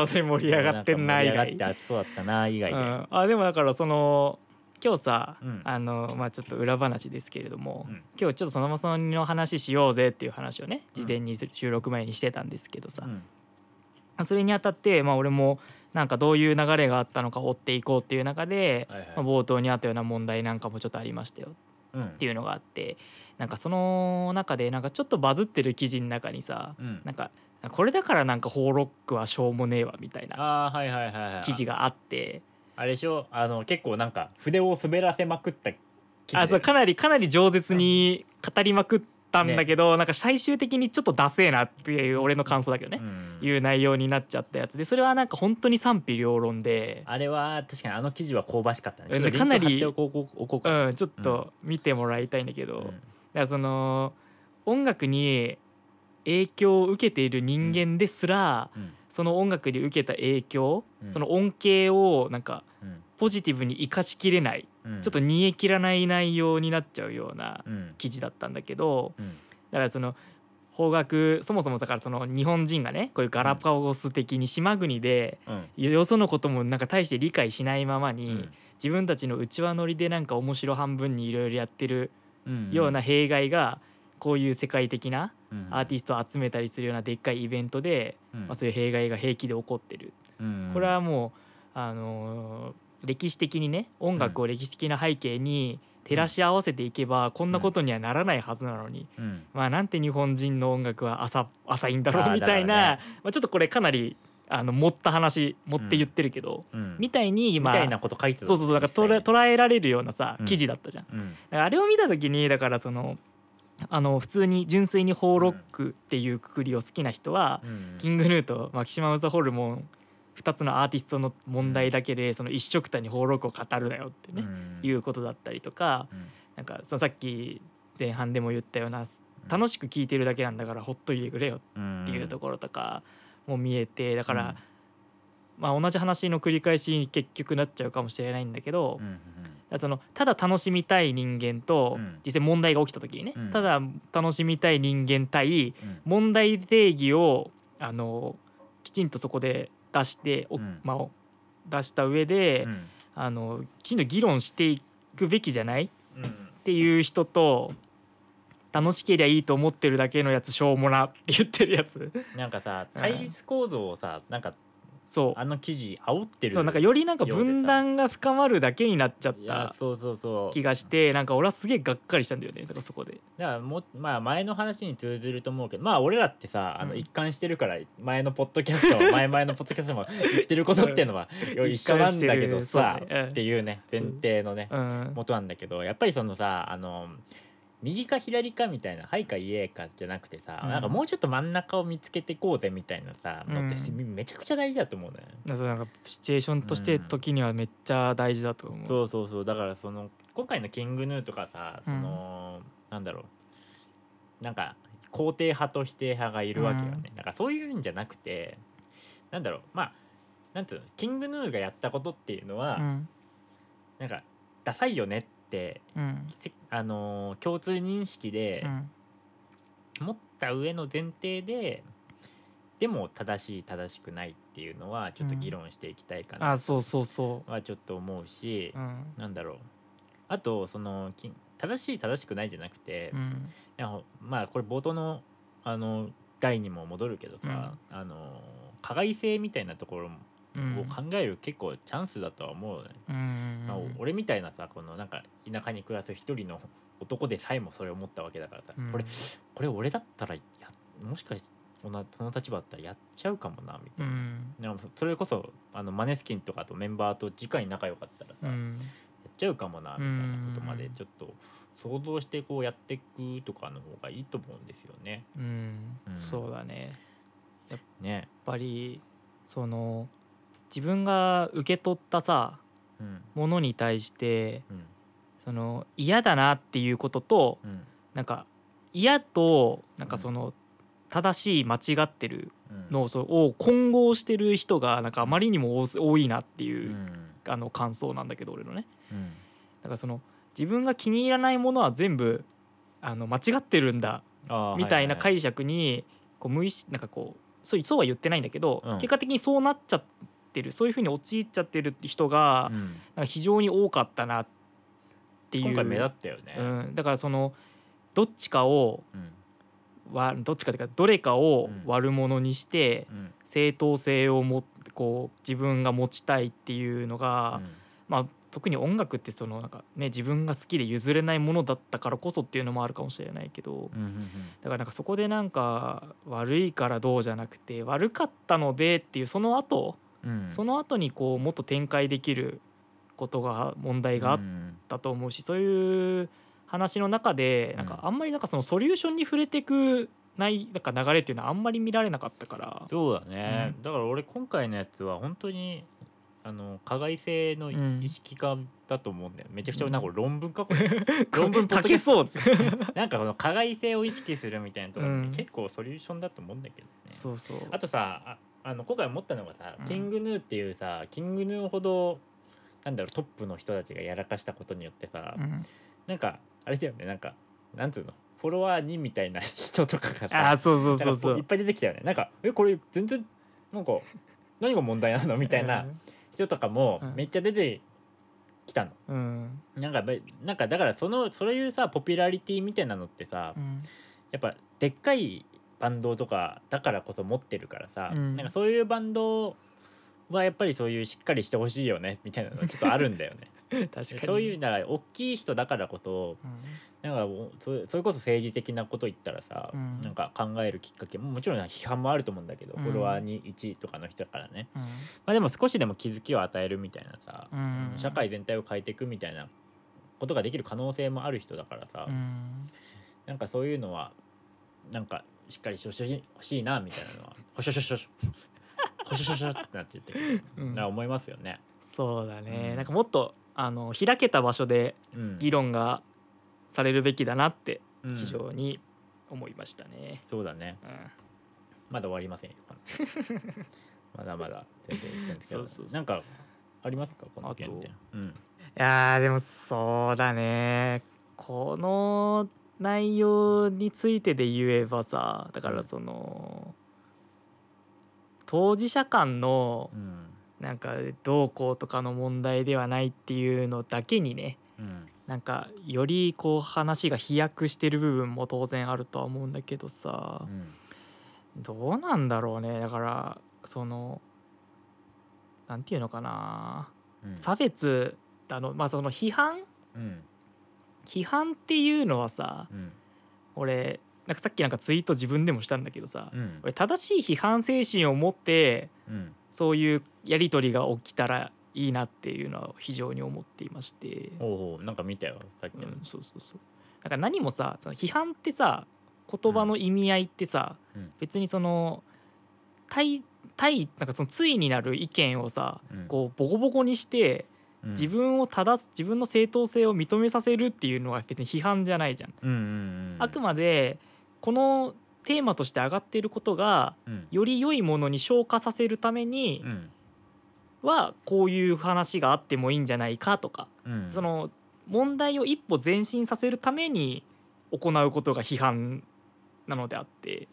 Speaker 2: あそれ 盛り上がってんな
Speaker 1: 盛
Speaker 2: 以
Speaker 1: り上がっ
Speaker 2: 外
Speaker 1: て熱そうだったな以外
Speaker 2: う
Speaker 1: で、
Speaker 2: ん、あでもだからその今日さ、
Speaker 1: うん
Speaker 2: あのまあちょっと裏話ですけれども、
Speaker 1: うん
Speaker 2: 今日ちょっとそのまさの話しようぜっていう話をね事前に収録前にしてたんですけどさ、
Speaker 1: うん
Speaker 2: それにあたって、まあ、俺もなんかどういう流れがあったのか追っていこうっていう中で、
Speaker 1: はいはい
Speaker 2: まあ冒頭にあったような問題なんかもちょっとありましたよ
Speaker 1: うん
Speaker 2: っていうのがあってなんかその中でなんかちょっとバズってる記事の中にさ、
Speaker 1: うん
Speaker 2: なんかこれだからなんか「ホーロックはしょうもねえわ」みたいな
Speaker 1: ああはいはいはい、はい、
Speaker 2: 記事があって
Speaker 1: あれでしょあの結構なんか筆を滑らせまくった記事
Speaker 2: あそうかなりかなり饒舌に語りまくったんだけど、なんか最終的にちょっとダセえなっていう俺の感想だけどね、
Speaker 1: うん
Speaker 2: いう内容になっちゃったやつでそれはなんか本当に賛否両論で、
Speaker 1: あれは確かにあの記事は香ばしかったね
Speaker 2: うん
Speaker 1: ちょっと
Speaker 2: かなり
Speaker 1: リンク貼っておこうおこうか、
Speaker 2: うん、ちょっと見てもらいたいんだけど、
Speaker 1: う
Speaker 2: だ
Speaker 1: ん
Speaker 2: からその音楽に影響を受けている人間ですら、
Speaker 1: うん
Speaker 2: その音楽に受けた影響、
Speaker 1: うん
Speaker 2: その恩恵をなんか
Speaker 1: うん
Speaker 2: ポジティブに生かしきれない、
Speaker 1: うん
Speaker 2: ちょっと煮え切らない内容になっちゃうような
Speaker 1: うん
Speaker 2: 記事だったんだけど、
Speaker 1: うん
Speaker 2: だからその邦楽そもそもだからその日本人がねこういうガラパゴス的に島国で、
Speaker 1: うん
Speaker 2: よそのこともなんか大して理解しないままに、
Speaker 1: うん
Speaker 2: 自分たちの内輪乗りでなんか面白半分にいろいろやってる
Speaker 1: うん
Speaker 2: ような弊害が、こういう世界的なアーテ
Speaker 1: ィ
Speaker 2: ィストを集めたりするようなでっかいイベントで、
Speaker 1: うん
Speaker 2: まあ、そういう弊害が平気で起こってる。
Speaker 1: うん
Speaker 2: これはもう、あのー歴史的にね音楽を歴史的な背景に照らし合わせていけば、こんなことにはならないはずなのに、
Speaker 1: うん
Speaker 2: まあ、なんて日本人の音楽は浅浅いんだろ
Speaker 1: あ
Speaker 2: う
Speaker 1: ー
Speaker 2: みたい
Speaker 1: だか
Speaker 2: な、
Speaker 1: らね
Speaker 2: まあ、ちょっとこれかなりあの持った話持って言ってるけど、
Speaker 1: うん
Speaker 2: みたいに
Speaker 1: み
Speaker 2: 今
Speaker 1: たいなこと書いてた
Speaker 2: そうそうそうなんか捉え
Speaker 1: 実際
Speaker 2: 捉えられるようなさ
Speaker 1: うん
Speaker 2: 記事だったじゃん。
Speaker 1: にうん
Speaker 2: だからあれを見た時にだからそのあの普通に純粋にホーロックっていうくくりを好きな人は、
Speaker 1: うん
Speaker 2: キングヌーとマキシマム・ザ・ホルモン2つのアーティストの問題だけで、その一緒くたにホーロックを語るなよってね、
Speaker 1: ん
Speaker 2: いうことだったりとか
Speaker 1: うん
Speaker 2: なんかそのさっき前半でも言ったような
Speaker 1: うん
Speaker 2: 楽しく聴いてるだけなんだからほっといてくれよっていうところとかも見えてだから、まあ、同じ話の繰り返しに結局なっちゃうかもしれないんだけど、
Speaker 1: うん
Speaker 2: だからそのただ楽しみたい人間と、
Speaker 1: うん
Speaker 2: 実際問題が起きた時にね、
Speaker 1: うん
Speaker 2: ただ楽しみたい人間
Speaker 1: うん
Speaker 2: 対
Speaker 1: うん
Speaker 2: 問題定義をあのきちんとそこで出して、お
Speaker 1: うん
Speaker 2: まあ、出した上で、
Speaker 1: うん
Speaker 2: あのきちんと議論していくべきじゃないっ
Speaker 1: うん
Speaker 2: ていう人と楽しけりゃいいと思ってるだけのやつしょうもなって言ってる やつ
Speaker 1: なんかさ
Speaker 2: うん
Speaker 1: 対立構造をさなんか
Speaker 2: そ
Speaker 1: あの記事煽って
Speaker 2: う
Speaker 1: る
Speaker 2: そうなんかよりなんか
Speaker 1: ようでさ
Speaker 2: 分断が深まるだけになっちゃっ
Speaker 1: いや
Speaker 2: た
Speaker 1: そうそうそう
Speaker 2: 気がしてなんか俺はすげえがっかりしたんだよねだからそこで。
Speaker 1: だからもまあ前の話に通ずると思うけどまあ俺らってさあの
Speaker 2: うん
Speaker 1: 一貫してるから前のポッドキャストも 前々のポッドキャストも言ってることっていうのはよ一緒なんだけどさ
Speaker 2: 一貫してるそうねうん
Speaker 1: っていうね前提のね
Speaker 2: うん
Speaker 1: 元なんだけどやっぱりそのさあの右か左かみたいな「はい」か「いえ」かじゃなくてさ、
Speaker 2: うん
Speaker 1: なんかもうちょっと真ん中を見つけてこうぜみたいなさのって、
Speaker 2: う
Speaker 1: めちゃくちゃ大事だと思うね。
Speaker 2: なそうなんかシチュエーションとして
Speaker 1: うん
Speaker 2: 時にはめっちゃ大事だと思う。
Speaker 1: そうそうそうだからその今回の「キングヌー」とかさその、なんだろうなんか肯定派と否定派がいるわけよね、だからそういうんじゃなくてなんだろうまあなんつうのキングヌーがやったことっていうのは、
Speaker 2: うん
Speaker 1: なんかダサいよねって
Speaker 2: うん
Speaker 1: せあのー共通認識で
Speaker 2: うん
Speaker 1: 持った上の前提で、でも正しい正しくないっていうのはちょっと議論していきたいかな
Speaker 2: あそうそうそ
Speaker 1: はちょっと思うし、
Speaker 2: う。うん
Speaker 1: なんだろうあとそのき正しい正しくないじゃなくて、
Speaker 2: うん
Speaker 1: なんかまあこれ冒頭のあの題にも戻るけどさ、あの加害性みたいなところ
Speaker 2: うん
Speaker 1: を考える結構チャンスだとは思う、ね
Speaker 2: うん
Speaker 1: まあ、俺みたいなさこのなんか田舎に暮らす一人の男でさえもそれを思ったわけだからさ、
Speaker 2: うん
Speaker 1: これこれ俺だったらやもしかしてそんなその立場だったらやっちゃうかもなみた
Speaker 2: う
Speaker 1: いな。
Speaker 2: ん
Speaker 1: なんかそれこそあのマネスキンとかとメンバーと直に仲良かったらさ、
Speaker 2: うん
Speaker 1: やっちゃうかもなみたいなことまでちょっと想像してこうやっていくとかの方がいいと思うんですよね。
Speaker 2: うん
Speaker 1: うん
Speaker 2: そうだね。やっ
Speaker 1: ね。
Speaker 2: ぱりその自分が受け取ったさ
Speaker 1: うん
Speaker 2: ものに対して
Speaker 1: うん
Speaker 2: その嫌だなっていうことと
Speaker 1: うん
Speaker 2: なんか嫌となんかその正しい間違ってる
Speaker 1: うん
Speaker 2: のそうを混合してる人がなんかあまりにも多す多いなって
Speaker 1: う
Speaker 2: い
Speaker 1: ん
Speaker 2: う、あの感想なんだけど俺のね
Speaker 1: うん
Speaker 2: だからその自分が気に入らないものは全部あの間違ってるんだ
Speaker 1: あー
Speaker 2: みたいな
Speaker 1: はは
Speaker 2: 解釈にこう無意識なんかこうそうそうは言ってないんだけど、
Speaker 1: うん
Speaker 2: 結果的にそうなっちゃってるそういうふうに陥っちゃってるって人が、
Speaker 1: いうん
Speaker 2: なんか非常に多かったなっていう
Speaker 1: 今回目立ったよね。
Speaker 2: うん、だからそのどっちかを
Speaker 1: うん
Speaker 2: わどっちかというかどれかを悪者にして、
Speaker 1: うん
Speaker 2: 正当性をもこう自分が持ちたいっていうのが、まあ特に音楽ってそのなんかね自分が好きで譲れないものだったからこそっていうのもあるかもしれないけど
Speaker 1: うんうんうん
Speaker 2: だからなんかそこでなんか悪いからどうじゃなくて悪かったのでっていうその後、
Speaker 1: うんうん
Speaker 2: その後にこうもっと展開できることが問題があっ
Speaker 1: うん
Speaker 2: たと思うし、そういう話の中でなんか
Speaker 1: うん
Speaker 2: あんまりなんかそのソリューションに触れていくないなんか流れっていうのはあんまり見られなかったから。
Speaker 1: そうだね、
Speaker 2: う
Speaker 1: だから俺今回のやつは本当にあの加害性の
Speaker 2: うん
Speaker 1: 意識化だと思うんだよ、めちゃく ちゃ
Speaker 2: うん
Speaker 1: なんかこれ論文かこれ論文ポッド
Speaker 2: か
Speaker 1: キ
Speaker 2: け
Speaker 1: ャス
Speaker 2: そう
Speaker 1: なんかこの加害性を意識するみたいなところって
Speaker 2: うん
Speaker 1: 結構ソリューションだと思うんだけどね、
Speaker 2: そうそう
Speaker 1: あとさああの今回思ったのがさ、
Speaker 2: うん
Speaker 1: キングヌーっていうさキングヌーほどなんだろうトップの人たちがやらかしたことによってさ、
Speaker 2: うん
Speaker 1: なんかあれだよねなんかなんつうのフォロワーにみたいな人とかが
Speaker 2: ああ
Speaker 1: さ
Speaker 2: そうそうそ
Speaker 1: なん
Speaker 2: う
Speaker 1: か
Speaker 2: そ
Speaker 1: こういうっぱい出てきたよねなんかえこれ全然なんか何が問題なのみたいな人とかも
Speaker 2: うん
Speaker 1: めっちゃ出てきたの。
Speaker 2: うん
Speaker 1: なんかべなんかだからそのそういうさポピュラリティみたいなのってさ、
Speaker 2: うん
Speaker 1: やっぱでっかいバンドとかだからこそ持ってるからさ、
Speaker 2: うん
Speaker 1: なんかそういうバンドはやっぱりそういうしっかりしてほしい よねみたいなのちょっとあるんだよね
Speaker 2: 確かに
Speaker 1: そういうだから大きい人だからこそ
Speaker 2: うん
Speaker 1: なんかもうそれそれこそ政治的なこと言ったらさ、
Speaker 2: うん
Speaker 1: なんか考えるきっかけももちろん批判もあると思うんだけど、
Speaker 2: うん
Speaker 1: フォロワーに1とかの人だからね、まあ、でも少しでも気づきを与えるみたいなさ、
Speaker 2: うん
Speaker 1: 社会全体を変えていくみたいなことができる可能性もある人だからさ、
Speaker 2: うん
Speaker 1: なんかそういうのはなんかしっかりしてほしい欲しいなみたいなのは ほしょしょしょしょほしょしょしょってなっちゃってるけ
Speaker 2: う
Speaker 1: ど
Speaker 2: ん
Speaker 1: なんか思いますよね。
Speaker 2: そうだね、
Speaker 1: うん
Speaker 2: なんかもっとあの開けた場所で
Speaker 1: うん
Speaker 2: 議論がされるべきだなって
Speaker 1: うん
Speaker 2: 非常に思いましたね。
Speaker 1: そうだね
Speaker 2: うん
Speaker 1: まだ終わりませんよ。この まだまだ全然全然
Speaker 2: そうそうそう
Speaker 1: なんかありますかこの件
Speaker 2: あと
Speaker 1: で。うん。
Speaker 2: いやーでもそうだねこの内容についてで言えばさだからその当事者間の
Speaker 1: うん。
Speaker 2: なんかどうこうとかの問題ではないっていうのだけにね
Speaker 1: うん。
Speaker 2: なんかよりこう話が飛躍してる部分も当然あるとは思うんだけど
Speaker 1: う
Speaker 2: さ
Speaker 1: ん。
Speaker 2: どうなんだろうねだからそのなんていうのかな
Speaker 1: うん。
Speaker 2: 差別だのまあその批判
Speaker 1: うん。
Speaker 2: 批判っていうのはさ
Speaker 1: うん。
Speaker 2: 俺なんかさっきなんかツイート自分でもしたんだけどさ
Speaker 1: うん。
Speaker 2: 俺正しい批判精神を持って
Speaker 1: うん。
Speaker 2: そういうやり取りが起きたらいいなっていうのは非常に思っていまして、
Speaker 1: おうおうなんか見たよさっき
Speaker 2: う
Speaker 1: の。
Speaker 2: ん、そうそうそうなんか何もさその批判ってさ言葉の意味合いってさ、
Speaker 1: うん
Speaker 2: 別にその対対なんかその対になる意見をさ
Speaker 1: うん
Speaker 2: こうボコボコにして
Speaker 1: うん
Speaker 2: 自分を正す自分の正当性を認めさせるっていうのは別に批判じゃないじゃん。
Speaker 1: うんうんうん。
Speaker 2: あくまでこのテーマとして上がっていることが
Speaker 1: うん。
Speaker 2: より良いものに昇華させるために
Speaker 1: うん。
Speaker 2: はこういう話があってもいいんじゃないかとか、
Speaker 1: うん。
Speaker 2: その問題を一歩前進させるために行うことが批判なのであって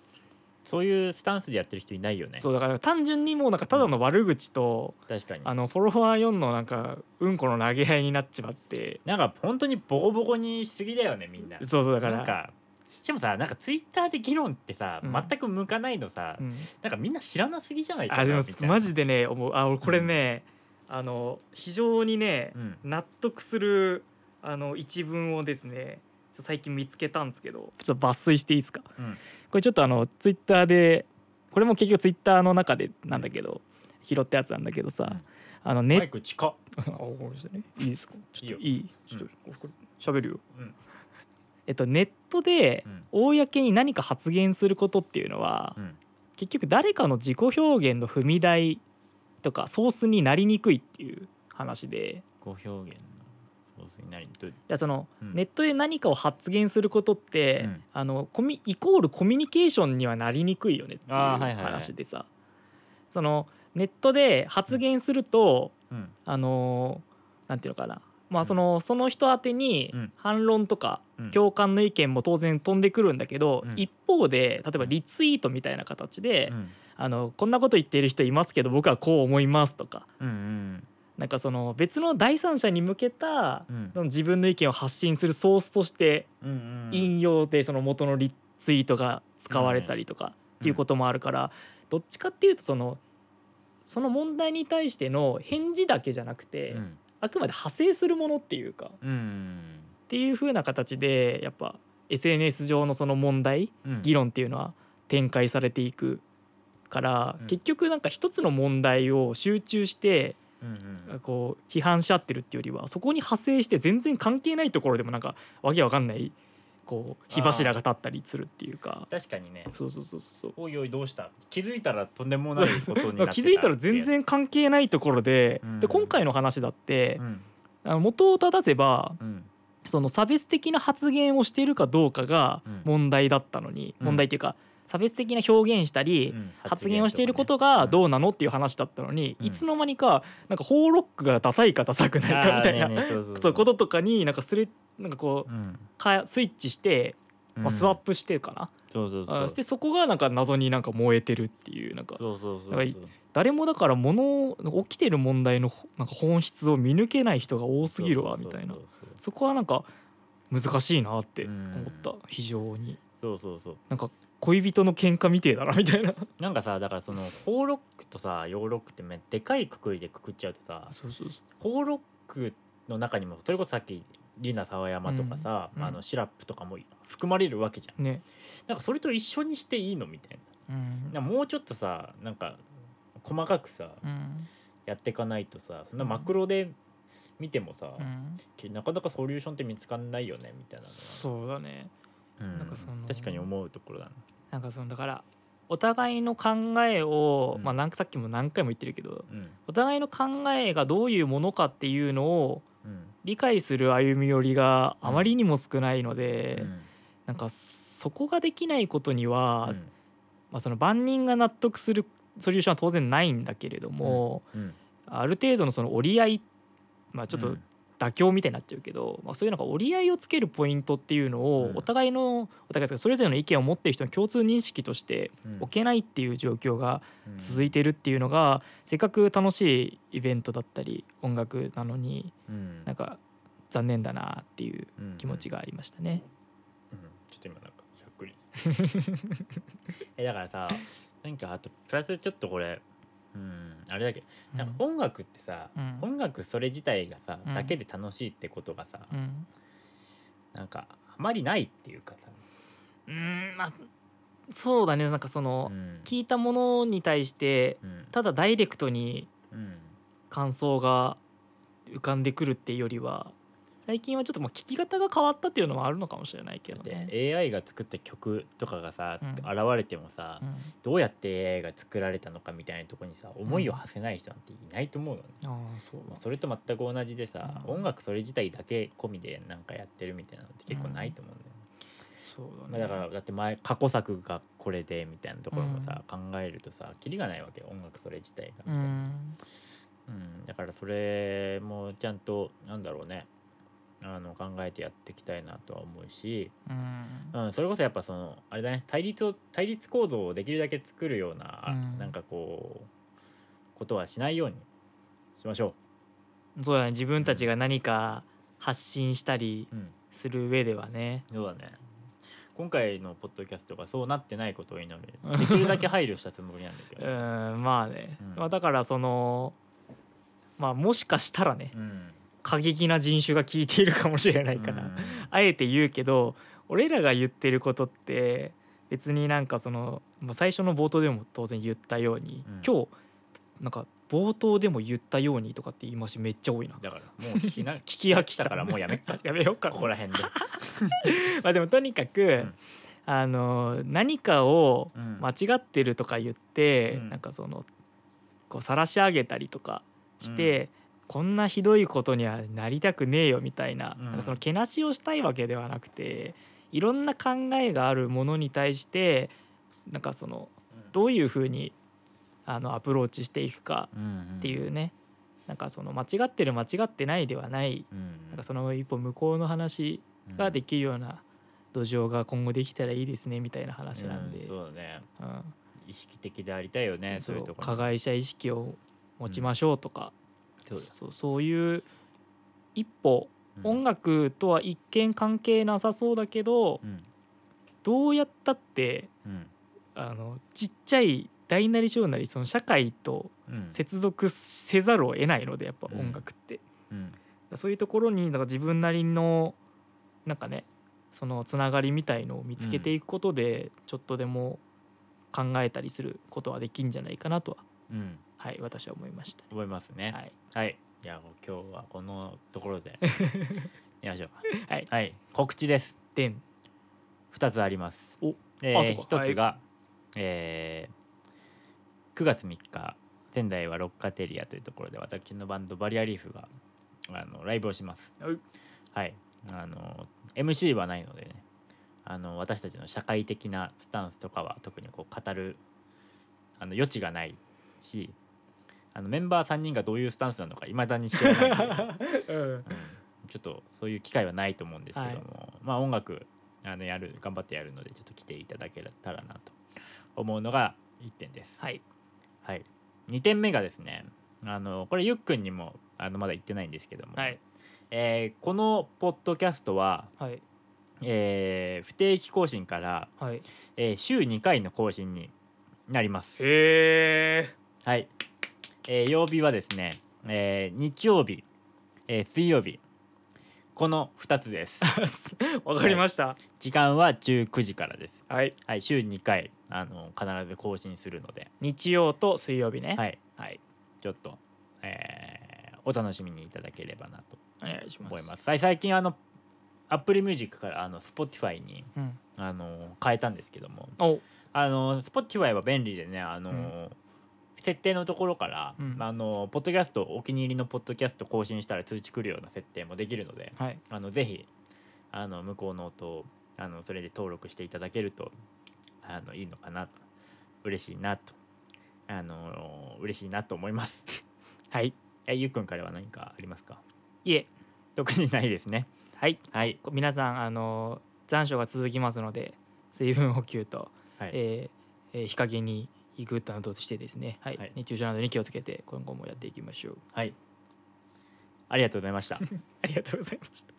Speaker 1: そういうスタンスでやってる人いないよね。
Speaker 2: そうだから単純にもうなんかただの悪口と、
Speaker 1: 確かに。
Speaker 2: あのフォロワー4のなんかうんこの投げ合いになっちまって
Speaker 1: なんか本当にボコボコにしすぎだよねみんな。
Speaker 2: そうそうだから
Speaker 1: なんかしかもさなんかツイッターで議論ってさ、
Speaker 2: うん
Speaker 1: 全く向かないのさ、
Speaker 2: うん
Speaker 1: なんかみんな知らなすぎじゃないかな
Speaker 2: あでも
Speaker 1: みたいな
Speaker 2: マジでね思うあ俺これね、あの非常にね、
Speaker 1: うん
Speaker 2: 納得するあの一文をですねちょっと最近見つけたんですけどちょっと抜粋していいですか
Speaker 1: うん
Speaker 2: これちょっとあのツイッターでこれも結局ツイッターの中でなんだけど、拾ったやつなんだけどさ、
Speaker 1: うん
Speaker 2: あ
Speaker 1: マ
Speaker 2: のね
Speaker 1: イク近っ、
Speaker 2: あごめんなさいねいいですかちょっと
Speaker 1: い
Speaker 2: い
Speaker 1: い
Speaker 2: いちょっとこれ喋るよ
Speaker 1: うん
Speaker 2: えっとネットで
Speaker 1: うん
Speaker 2: 公に何か発言することっていうのは、
Speaker 1: うん
Speaker 2: 結局誰かの自己表現の踏み台とかソースになりにくいっていう話で
Speaker 1: ご表現のソースになりと
Speaker 2: だからその、
Speaker 1: うん
Speaker 2: ネットで何かを発言することって、
Speaker 1: うん
Speaker 2: あのコミイコールコミュニケーションにはなりにくいよねっていう
Speaker 1: あーはいはいはい
Speaker 2: 話でさ、そのネットで発言すると、
Speaker 1: うん
Speaker 2: あのーなんていうのかなま
Speaker 1: う
Speaker 2: あ
Speaker 1: ん
Speaker 2: そのその人宛てに
Speaker 1: うん
Speaker 2: 反論とか
Speaker 1: うん
Speaker 2: 共感の意見も当然飛んでくるんだけど、
Speaker 1: うん
Speaker 2: 一方で例えばリツイートみたいな形で、
Speaker 1: うん
Speaker 2: あのこんなこと言っている人いますけど僕はこう思いますとか
Speaker 1: うん
Speaker 2: なんかその別の第三者に向けた
Speaker 1: うんうん
Speaker 2: その自分の意見を発信するソースとして
Speaker 1: うんうん
Speaker 2: 引用でその元のリツイートが使われたりとかっていうこともあるからどっちかっていうとそのその問題に対しての返事だけじゃなくて
Speaker 1: うん
Speaker 2: あくまで派生するものっていうかっ
Speaker 1: うん
Speaker 2: ていう風な形でやっぱ SNS 上のその問題
Speaker 1: うん
Speaker 2: 議論っていうのは展開されていくから、
Speaker 1: うん
Speaker 2: 結局なんか一つの問題を集中して
Speaker 1: うんうん
Speaker 2: こう批判し合ってるっていうよりはそこに派生して全然関係ないところでもなんかわけわかんないこう火柱が立ったりするっていうか
Speaker 1: 確かにね
Speaker 2: そうそうそうそう
Speaker 1: おいおいどうした気づいたらとんでもないことになって
Speaker 2: 気づいたら全然関係ないところで,、
Speaker 1: うん
Speaker 2: で今回の話だって
Speaker 1: う、ん
Speaker 2: あの元を正せば
Speaker 1: うん
Speaker 2: その差別的な発言をしているかどうかが
Speaker 1: うん
Speaker 2: 問題だったのに、
Speaker 1: うん
Speaker 2: 問題っていうか差別的な表現したり、
Speaker 1: うん
Speaker 2: 発言をしていること
Speaker 1: う
Speaker 2: が
Speaker 1: ん
Speaker 2: どうなのっていう話だったのに、
Speaker 1: うん
Speaker 2: いつの間にかなんかホーロックがダサいかダサくないかみたいな、
Speaker 1: あーねえねえそうそう
Speaker 2: そうことととかになんかすれなんかこうかスイッチして、まあ、スワップしてかな、
Speaker 1: そうそう
Speaker 2: あ
Speaker 1: そう
Speaker 2: してそこがなんか謎になんか燃えてるっていうなんか
Speaker 1: そうそうそうそ
Speaker 2: なん
Speaker 1: う
Speaker 2: か誰もだから物をなんか起きてる問題のほなんか本質を見抜けない人が多すぎるわみたい
Speaker 1: そう
Speaker 2: な
Speaker 1: そうそう
Speaker 2: そこはなんか難しいなって思った、
Speaker 1: う
Speaker 2: 非常に
Speaker 1: そうそうそう
Speaker 2: なんか恋人の喧嘩みてえだなみたいな
Speaker 1: なんかさだからそのホーロックとさヨーロックってめでかいくくりでくくっちゃうとさ
Speaker 2: そうそうそう
Speaker 1: ホーロックの中にもそれこそさっきリナ沢山とかさ、
Speaker 2: うん
Speaker 1: あのシラップとかも含まれるわけじゃん
Speaker 2: ね、
Speaker 1: なんかそれと一緒にしていいのみたいな
Speaker 2: うん
Speaker 1: なんかもうちょっとさなんか細かくさ
Speaker 2: うん
Speaker 1: やっていかないとさそんなマクロで見てもさ、
Speaker 2: うん、
Speaker 1: けなかなかソリューションって見つかんないよねみたいなの
Speaker 2: そうだね
Speaker 1: は、
Speaker 2: なんかその
Speaker 1: 確かに思うところだな、
Speaker 2: なんかそのだからお互いの考えを、
Speaker 1: うん
Speaker 2: まあなんかさっきも何回も言ってるけど
Speaker 1: うん
Speaker 2: お互いの考えがどういうものかっていうのを
Speaker 1: うん
Speaker 2: 理解する歩み寄りが
Speaker 1: うん
Speaker 2: あまりにも少ないので、
Speaker 1: うん
Speaker 2: なんかそこができないことには、
Speaker 1: うん
Speaker 2: まあ、その万人が納得するソリューションは当然ないんだけれども、
Speaker 1: うん
Speaker 2: ある程度のその折り合い、まあ、ちょっ
Speaker 1: う
Speaker 2: と
Speaker 1: ん
Speaker 2: 妥協みたいになっちゃうけど、まあ、そういうなんか折り合いをつけるポイントっていうのを
Speaker 1: うん
Speaker 2: お互いのお互いですかそれぞれの意見を持ってる人の共通認識として
Speaker 1: うん
Speaker 2: 置けないっていう状況が
Speaker 1: うん
Speaker 2: 続いてるっていうのがせっかく楽しいイベントだったり音楽なのに
Speaker 1: うん
Speaker 2: なんか残念だなっていう
Speaker 1: うん
Speaker 2: 気持ちがありましたね。
Speaker 1: うんちょっと今なんかしゃっく りえだからさなんかあとプラスちょっとこれうんあれだけどなんか音楽ってさ、
Speaker 2: うん
Speaker 1: 音楽それ自体がさ、
Speaker 2: うん
Speaker 1: だけで楽しいってことがさ、
Speaker 2: うん
Speaker 1: なんかあまりないっていうかさ、
Speaker 2: うんまあそうだねなんかその
Speaker 1: うん
Speaker 2: 聞いたものに対して
Speaker 1: うん
Speaker 2: ただダイレクトに
Speaker 1: うん
Speaker 2: 感想が浮かんでくるっていうよりは最近はちょっとまあ聞き方が変わったっていうのはあるのかもしれないけど
Speaker 1: で
Speaker 2: ね。
Speaker 1: AI が作った曲とかがさ、
Speaker 2: うん
Speaker 1: 現れてもさ、
Speaker 2: うん
Speaker 1: どうやって AI が作られたのかみたいなとこにさ思いを馳せない人なんていないと思うのね、
Speaker 2: ああそうだ
Speaker 1: まあそれと全く同じでさ、
Speaker 2: うん
Speaker 1: 音楽それ自体だけ込みでなんかやってるみたいなのって結構ないと思うんだよね、
Speaker 2: そう
Speaker 1: まあ、
Speaker 2: だね。
Speaker 1: だからだって前過去作がこれでみたいなところもさ、考えるとさキリがないわけよ音楽それ自体がみ
Speaker 2: う
Speaker 1: たいな、う
Speaker 2: ん
Speaker 1: んだからそれもちゃんとなんだろうねあの考えてやっていきたいなとは思うし、
Speaker 2: うん
Speaker 1: うん、それこそやっぱそのあれだね対立を対立構造をできるだけ作るような、
Speaker 2: うん
Speaker 1: なんかこうことはしないようにしましょ
Speaker 2: そうだね自分たちが何か発信したり
Speaker 1: う。うん
Speaker 2: する上ではね
Speaker 1: そうだね今回のポッドキャストがそうなってないことを祈るできるだけ配慮したつもりなんだけ
Speaker 2: う
Speaker 1: ど、
Speaker 2: んまあね、
Speaker 1: うん
Speaker 2: まあ、だからそのまあもしかしたらね
Speaker 1: うん、
Speaker 2: 過激な人種が聞いているかもしれないから、
Speaker 1: うん
Speaker 2: あえて言うけど俺らが言ってることって別になんかその、まあ、最初の冒頭でも当然言ったように、
Speaker 1: うん
Speaker 2: 今日なんか冒頭でも言ったようにとかって言い回しめっちゃ多いな。
Speaker 1: だからもう聞 きな聞
Speaker 2: 聞
Speaker 1: き
Speaker 2: き飽
Speaker 1: 飽
Speaker 2: き
Speaker 1: き
Speaker 2: た
Speaker 1: たからもうやめっか
Speaker 2: やめようか
Speaker 1: ここら辺で、
Speaker 2: まあでもとにかく、
Speaker 1: ん
Speaker 2: あの何かを
Speaker 1: うん
Speaker 2: 間違ってるとか言って、
Speaker 1: うん
Speaker 2: なんかそのこう晒し上げたりとかして、こんなひどいことにはなりたくねえよみたいな,、
Speaker 1: うん
Speaker 2: なんかそのけなしをしたいわけではなくていろんな考えがあるものに対してなんかそのどういうふうにあのアプローチしていくかって
Speaker 1: う
Speaker 2: いうね、なんかその間違ってる間違ってないではない
Speaker 1: ん、うん、
Speaker 2: なんかその一歩向こうの話ができるような土壌が今後できたらいいですねみたいな話なんで、
Speaker 1: うそうだね
Speaker 2: うん
Speaker 1: 意識的でありたいよねそういう
Speaker 2: そ
Speaker 1: と
Speaker 2: う
Speaker 1: こ
Speaker 2: 加害者意識を持ちましょうとか、
Speaker 1: そうだ
Speaker 2: そうそういう一歩、音楽とは一見関係なさそうだけど
Speaker 1: うん
Speaker 2: どうやったって
Speaker 1: うん
Speaker 2: あのちっちゃい大なり小なりその社会と
Speaker 1: うん
Speaker 2: 接続せざるを得ないのでやっぱ
Speaker 1: うん
Speaker 2: 音楽って、
Speaker 1: うん
Speaker 2: そういうところになんか自分なりのなんかねそのつながりみたいのを見つけていくことで、ちょっとでも考えたりすることはできんじゃないかなとは、
Speaker 1: うん
Speaker 2: はい、私は思いました。
Speaker 1: 思いますね
Speaker 2: はい、
Speaker 1: はい、じゃあ今日はこのところでやりましょうか
Speaker 2: はい
Speaker 1: はい告知です
Speaker 2: でん
Speaker 1: 二つあります
Speaker 2: お
Speaker 1: え
Speaker 2: あそう
Speaker 1: ー、
Speaker 2: か
Speaker 1: 一つが、
Speaker 2: は
Speaker 1: えー9月3日仙台はロッカテリアというところで私のバンドバリアリーフがあのライブをします
Speaker 2: はい
Speaker 1: はいあの MC はないのでねあの私たちの社会的なスタンスとかは特にこう語るあの余地がないしあのメンバー3人がどういうスタンスなのかいまだに知らないので
Speaker 2: うん
Speaker 1: ちょっとそういう機会はないと思うんですけども、まあ音楽あのやる頑張ってやるのでちょっと来ていただけたらなと思うのが1点です。
Speaker 2: はい
Speaker 1: はい、2点目がですねあのこれゆっくんにもあのまだ言ってないんですけども、
Speaker 2: はい
Speaker 1: えーこのポッドキャストは、
Speaker 2: はい
Speaker 1: えー不定期更新から、
Speaker 2: はい
Speaker 1: えー週2回の更新になります。
Speaker 2: え
Speaker 1: はい、えー曜日はですね、えー日曜日、えー水曜日この2つです
Speaker 2: わかりました。
Speaker 1: 時間は19時からです
Speaker 2: はい。
Speaker 1: はい週2回あの必ず更新するので
Speaker 2: 日曜と水曜日ね。
Speaker 1: はい
Speaker 2: はい。
Speaker 1: ちょっと、えーお楽しみにいただければなと
Speaker 2: お願いします。
Speaker 1: 思いますさい最近あのアップルミュージックからあの Spotify に
Speaker 2: うん。
Speaker 1: あの変えたんですけども
Speaker 2: お、
Speaker 1: あの Spotify は便利でねあの、
Speaker 2: うん
Speaker 1: 設定のところから、
Speaker 2: うん
Speaker 1: あのポッドキャストお気に入りのポッドキャスト更新したら通知来るような設定もできるので
Speaker 2: はい。
Speaker 1: あのぜひあの向こうの音をあのそれで登録していただけるとあのいいのかなと嬉しいなとあの嬉しいなと思います。
Speaker 2: はい。
Speaker 1: えゆっくんからは何かありますか
Speaker 2: いえ。
Speaker 1: 特にないですね。
Speaker 2: はい。
Speaker 1: はい、
Speaker 2: こ皆さんあの残暑が続きますので、水分補給と、
Speaker 1: はい
Speaker 2: えーえー日陰に行くなどしてですね。はい。
Speaker 1: はい
Speaker 2: 熱中症などに気をつけて今後もやっていきましょう。
Speaker 1: はい、ありがとうございました。
Speaker 2: ありがとうございました。